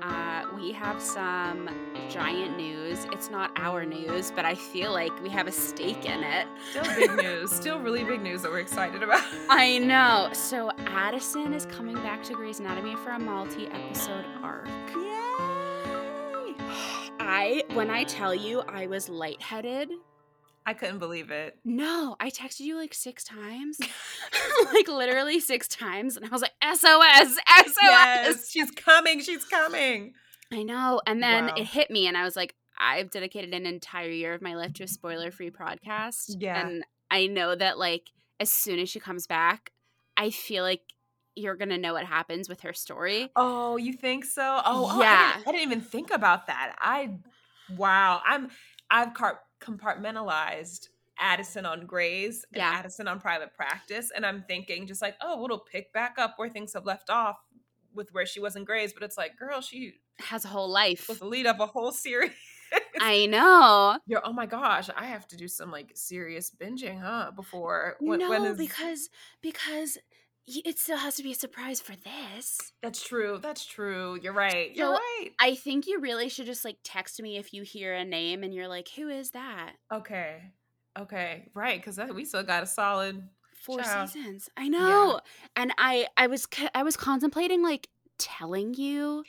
uh, we have some giant news. It's not our news, but I feel like we have a stake in it. Still big news. Still really big news that we're excited about. I know. So Addison is coming back to Grey's Anatomy for a multi-episode arc. Yay! I when I tell you I was lightheaded. I couldn't believe it. No, I texted you like six times. like literally six times. And I was like, SOS, SOS. Yes, she's coming. She's coming. I know. And then Wow. it hit me, and I was like, I've dedicated an entire year of my life to a spoiler free podcast. Yeah. And I know that, like, as soon as she comes back, I feel like you're going to know what happens with her story. Oh, you think so? Oh, oh, I, Yeah. didn't, I didn't even think about that. I wow, I'm I've car- compartmentalized Addison on Grays and Yeah. Addison on private practice, and I'm thinking just like, oh, it'll pick back up where things have left off with where she was in Grays, but it's like, girl, she Has a whole life. was the lead of a whole series. I know. You're, oh my gosh, I have to do some like serious binging, huh? Before no, is- because because y- it still has to be a surprise for this. that's true, that's true. You're right, you're So, right. I think you really should just like text me if you hear a name and you're like, who is that? Okay, okay, right? Because we still got a solid four Child. seasons. I know. And I I was c- I was contemplating like telling you.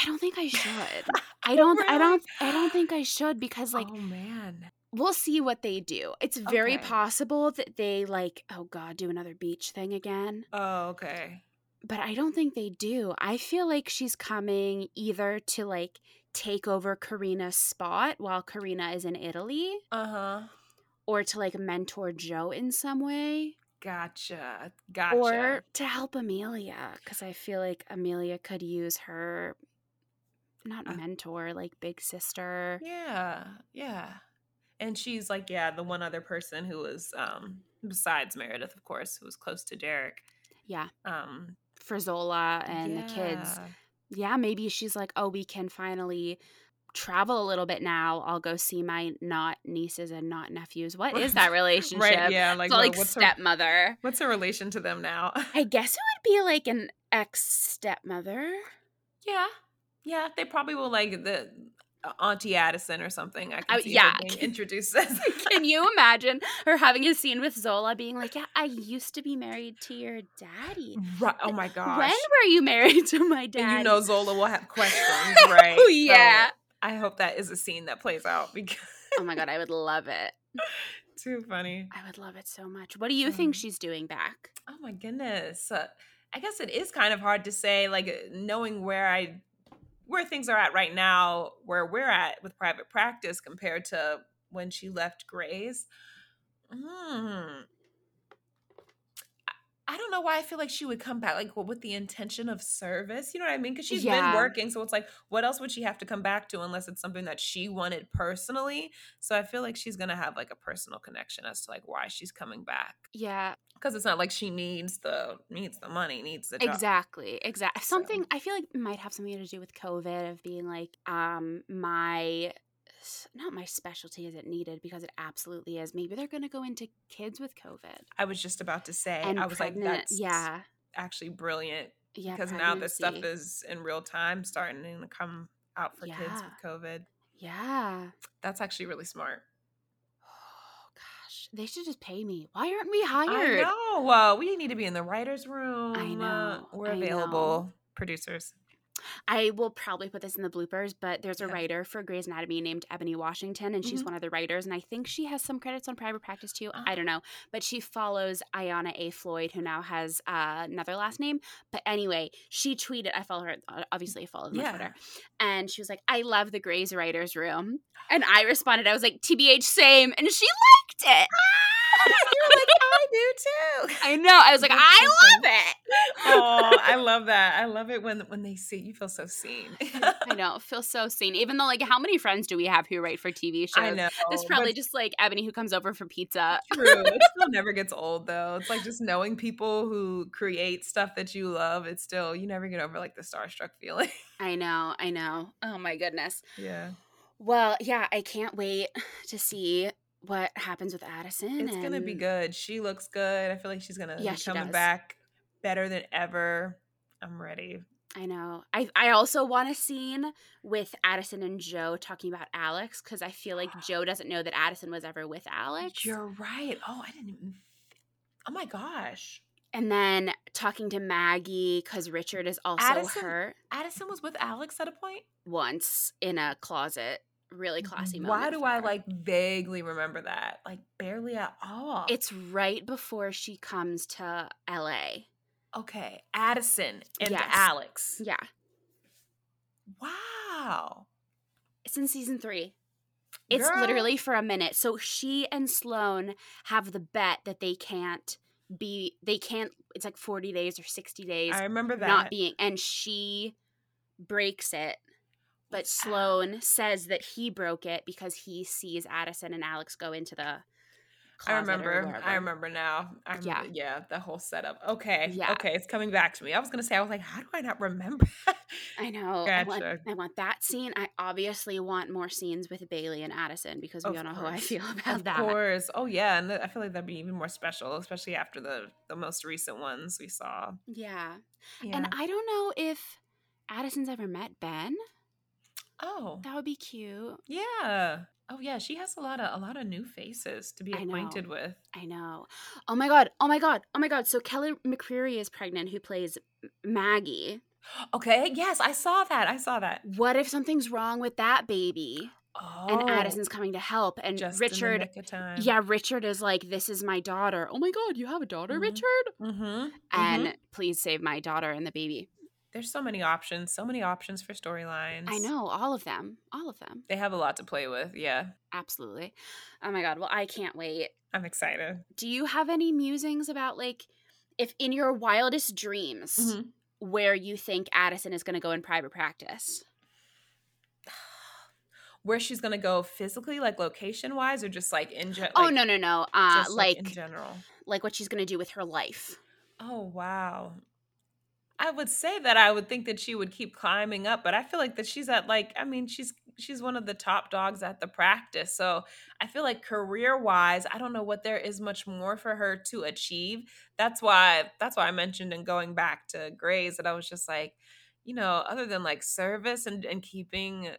I don't think I should. I don't I Really? don't I don't think I should because like oh man we'll see what they do. It's very Okay. possible that they like oh god do another beach thing again, oh okay but I don't think they do. I feel like she's coming either to like take over Karina's spot while Karina is in Italy uh-huh or to like mentor Joe in some way. gotcha gotcha or to help Amelia because I feel like Amelia could use her not Uh, mentor like big sister. yeah yeah and she's like yeah the one other person who was um besides meredith of course who was close to derek Yeah, um for Zola and the kids. yeah. Yeah, maybe she's like, "Oh, we can finally travel a little bit now. I'll go see my not nieces and not nephews. What is that relationship?" right yeah like, It's all, what- like what's her, stepmother. what's her relation to them now I guess it would be like an ex stepmother. yeah yeah they probably will like the uh, auntie addison or something i can Oh, see yeah. her being introduced as Can you imagine her having a scene with Zola being like, "Yeah, I used to be married to your daddy." Right. oh my gosh When were you married to my dad? And you know Zola will have questions, right? Oh, yeah. So I hope that is a scene that plays out because oh my god, I would love it. too funny. I would love it so much. What do you think Mhm. she's doing back? Oh my goodness. Uh, I guess it is kind of hard to say, like uh, knowing where I where things are at right now, where we're at with private practice compared to when she left Gray's. Mm. I- I don't know why I feel like she would come back, like well, with the intention of service. You know what I mean? Because she's Yeah. been working, so it's like, what else would she have to come back to unless it's something that she wanted personally? So I feel like she's gonna have like a personal connection as to like why she's coming back Yeah, because it's not like she needs the needs the money needs the job. exactly. Exactly. So- Something I feel like might have something to do with COVID of being like, um, my s- not my specialty isn't needed because it absolutely is. Maybe they're gonna go into kids with COVID I was just about to say and I was pregnant. like that's yeah, actually brilliant yeah. because now this stuff pregnancy. is in real time starting to come out for kids Yeah. with COVID. yeah. That's actually really smart. Oh gosh, they should just pay me. Why aren't we hired? I know. Well, we need to be in the writers' room. Uh, know, We're I know. available, producers. I will probably put this in the bloopers, but there's a Okay. writer for Grey's Anatomy named Ebony Washington, and she's Mhm. one of the writers. And I think she has some credits on Private Practice too. Ah. I don't know, but she follows Ayana A. Floyd, who now has uh, another last name. But anyway, she tweeted. I follow her. uh, Obviously, I follow them on Twitter, and she was like, "I love the Grey's writers room," and I responded, "I was like, TBH, same," and she liked it. You're like I do too. I know. I was like, Ah! That's "I so love it." oh, I love that. I love it when when they see you feel so seen. I know. It feels so seen. Even though, like, how many friends do we have who write for TV shows? I know. That's but probably just like Ebony who comes over for pizza. True. It still never gets old though. It's like just knowing people who create stuff that you love, it's still you never get over like the starstruck feeling. I know, I know. Oh my goodness. Yeah. Well, yeah, I can't wait to see what happens with Addison. It's gonna be and- good. She looks good. I feel like she's gonna Yeah, be she coming does. back better than ever. I'm ready. I know. I I also want a scene with Addison and Joe talking about Alex because I feel like Joe doesn't know that Addison was ever with Alex. You're right. Oh, I didn't even. Oh my gosh. And then talking to Maggie because Richard is also Addison- hurt Addison was with Alex at a point. once in a closet. Really classy moment. Why do for I her. like vaguely remember that? Like barely at all. It's right before she comes to LA. okay. Addison and Yes. Alex. Yeah, Wow. it's in season three. It's Girl. literally for a minute. So she and Sloan have the bet that they can't be, they can't, it's like 40 days or 60 days I remember that. not being, and she breaks it. But Sloan says that he broke it because he sees Addison and Alex go into the closet. I or remember. I wherever. remember now. I remember, Yeah. yeah. Yeah. The whole setup. Okay. Yeah. Okay. It's coming back to me. I was going to say, I was like, how do I not remember? I know. I, want, Gotcha. I want that scene. I obviously want more scenes with Bailey and Addison because we Of all know how I course. feel about of that. course. Oh, yeah. And th- I feel like that'd be even more special, especially after the, the most recent ones we saw. Yeah. Yeah. And I don't know if Addison's ever met Ben. oh. That would be cute. Yeah. Oh yeah, she has a lot of a lot of new faces to be I know. acquainted with. I know. Oh my god. Oh my god. Oh my god. So Kelly McCreary is pregnant who plays M- Maggie. Okay, yes, I saw that. I saw that. What if something's wrong with that baby? Oh, and Addison's coming to help and just In the Richard nick of time. yeah, Richard is like, This is my daughter. Oh my god, you have a daughter, Mhm. Richard? Mhm, And mhm. please save my daughter and the baby. there's so many options, so many options for storylines. I know all of them. All of them. they have a lot to play with. Yeah, Absolutely. Oh my god, well I can't wait. I'm excited. Do you have any musings about like if in your wildest dreams Mhm. where you think Addison is going to go in private practice? Where she's gonna go physically, like location wise, or just like in general? oh no, no, no. Uh just, like in general. like what she's going to do with her life. Oh wow. I would say that I would think that she would keep climbing up, but I feel like that she's at like I mean she's she's one of the top dogs at the practice. So I feel like career wise, I don't know what there is much more for her to achieve. That's why that's why I mentioned in going back to Grays that I was just like, you know, other than like service and and keeping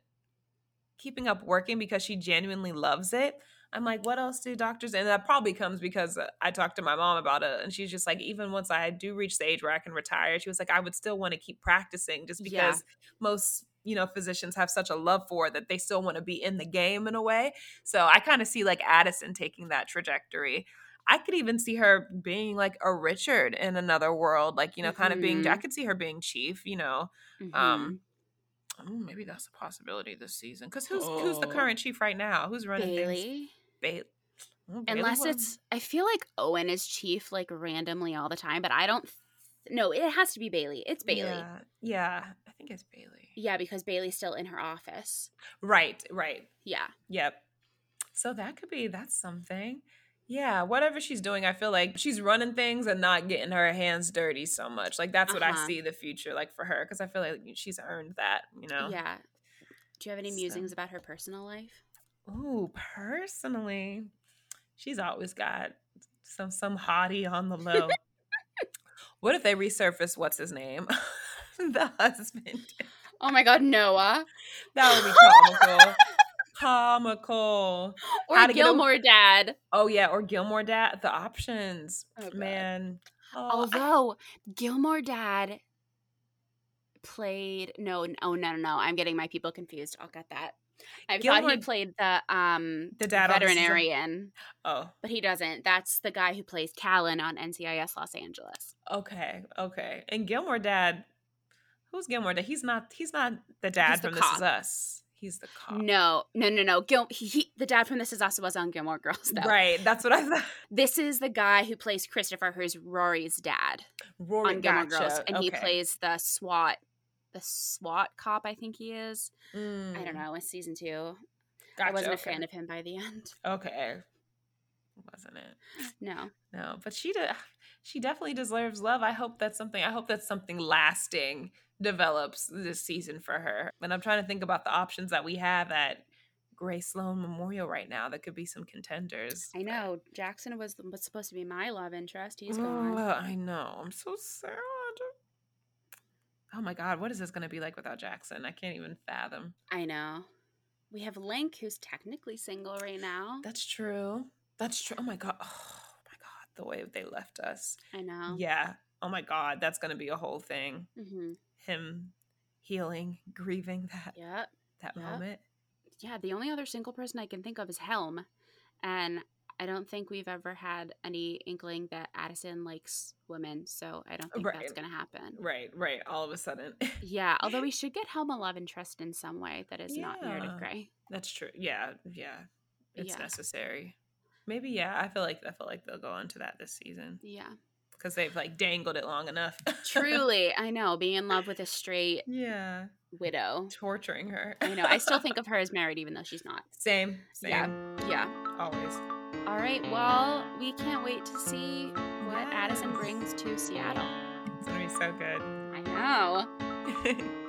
keeping up working because she genuinely loves it. I'm like, what else do doctors? And that probably comes because uh, I talked to my mom about it, and she's just like, even once I do reach the age where I can retire, she was like, I would still want to keep practicing just because Yeah. most you know physicians have such a love for it that they still want to be in the game in a way. So I kind of see like Addison taking that trajectory. I could even see her being like a Richard in another world, like you know, kind of being. I Mhm. could see her being chief, you know. Mhm. Um, mm, maybe that's a possibility this season. Because who's who's the Oh. current chief right now? Who's running things? Bailey. Ba- Mm, Bailey Unless Warren. it's I feel like Owen is chief like randomly all the time, but I don't th- no, it has to be Bailey. It's Bailey. Yeah, yeah, I think it's Bailey. yeah because Bailey's still in her office. Right, right. Yeah. Yep. So that could be that's something. Yeah, whatever she's doing, I feel like she's running things and not getting her hands dirty so much. Like that's what Uh-huh. I see the future like for her because I feel like she's earned that, you know. Yeah. Do you have any So- musings about her personal life? Ooh, personally, she's always got some some hottie on the low. what if they resurface what's his name? the husband. Oh my god, Noah. That would be comical. comical. Or How to get a- Gilmore Dad. Oh yeah, or Gilmore Dad. The options, Oh, God. man. Oh, I- Although Gilmore Dad played no n- oh no no no I'm getting my people confused. I'll get that. I thought he Gilmore- played the um The dad on the season. veterinarian, oh, but he doesn't. That's the guy who plays Callan on NCIS Los Angeles. okay, okay. And Gilmore Dad. Who's Gilmore Dad? He's not. He's not the dad the from This cop. Is Us. He's the cop. No, no, no, no. Gil- he, he, the dad from This Is Us was on Gilmore Girls, though. Right, that's what I thought. This is the guy who plays Christopher, who's Rory's dad. Rory on Gilmore gotcha. Girls, and he okay. plays the SWAT, the SWAT cop. I think he is. I Mm, don't know. It's season two. gotcha, I wasn't okay. a fan of him by the end. Okay, wasn't it? No. No, but she de- she definitely deserves love. I hope that's something. I hope that's something lasting develops this season for her. And I'm trying to think about the options that we have at Gray Sloan Memorial right now. That could be some contenders. I know Jackson was was supposed to be my love interest. He's Oh, gone. I know. I'm so sad. oh my God, what is this going to be like without Jackson? I can't even fathom. I know. We have Link, who's technically single right now. That's true. That's true. Oh my God. Oh my God. The way they left us. I know. Yeah. Oh my God. That's going to be a whole thing. Mm-hmm. Him healing, grieving that, Yep. Yep. that moment. Yeah. The only other single person I can think of is Helm, and I don't think we've ever had any inkling that Addison likes women, so I don't think Right. that's going to happen. Right, right. All of a sudden. Yeah. Although we should get Helm a love interest in some way that is not Meredith Yeah. Grey. That's true. Yeah, yeah. It's Yeah. necessary. Maybe yeah. I feel like I feel like they'll go on to that this season Yeah. because they've like dangled it long enough. Truly, I know being in love with a straight yeah, widow. torturing her. I know. I still think of her as married, even though she's not. same, same. Yeah. Yeah. Always. All right. Well, we can't wait to see what Addison Yes. brings to Seattle. It's gonna be so I know. good.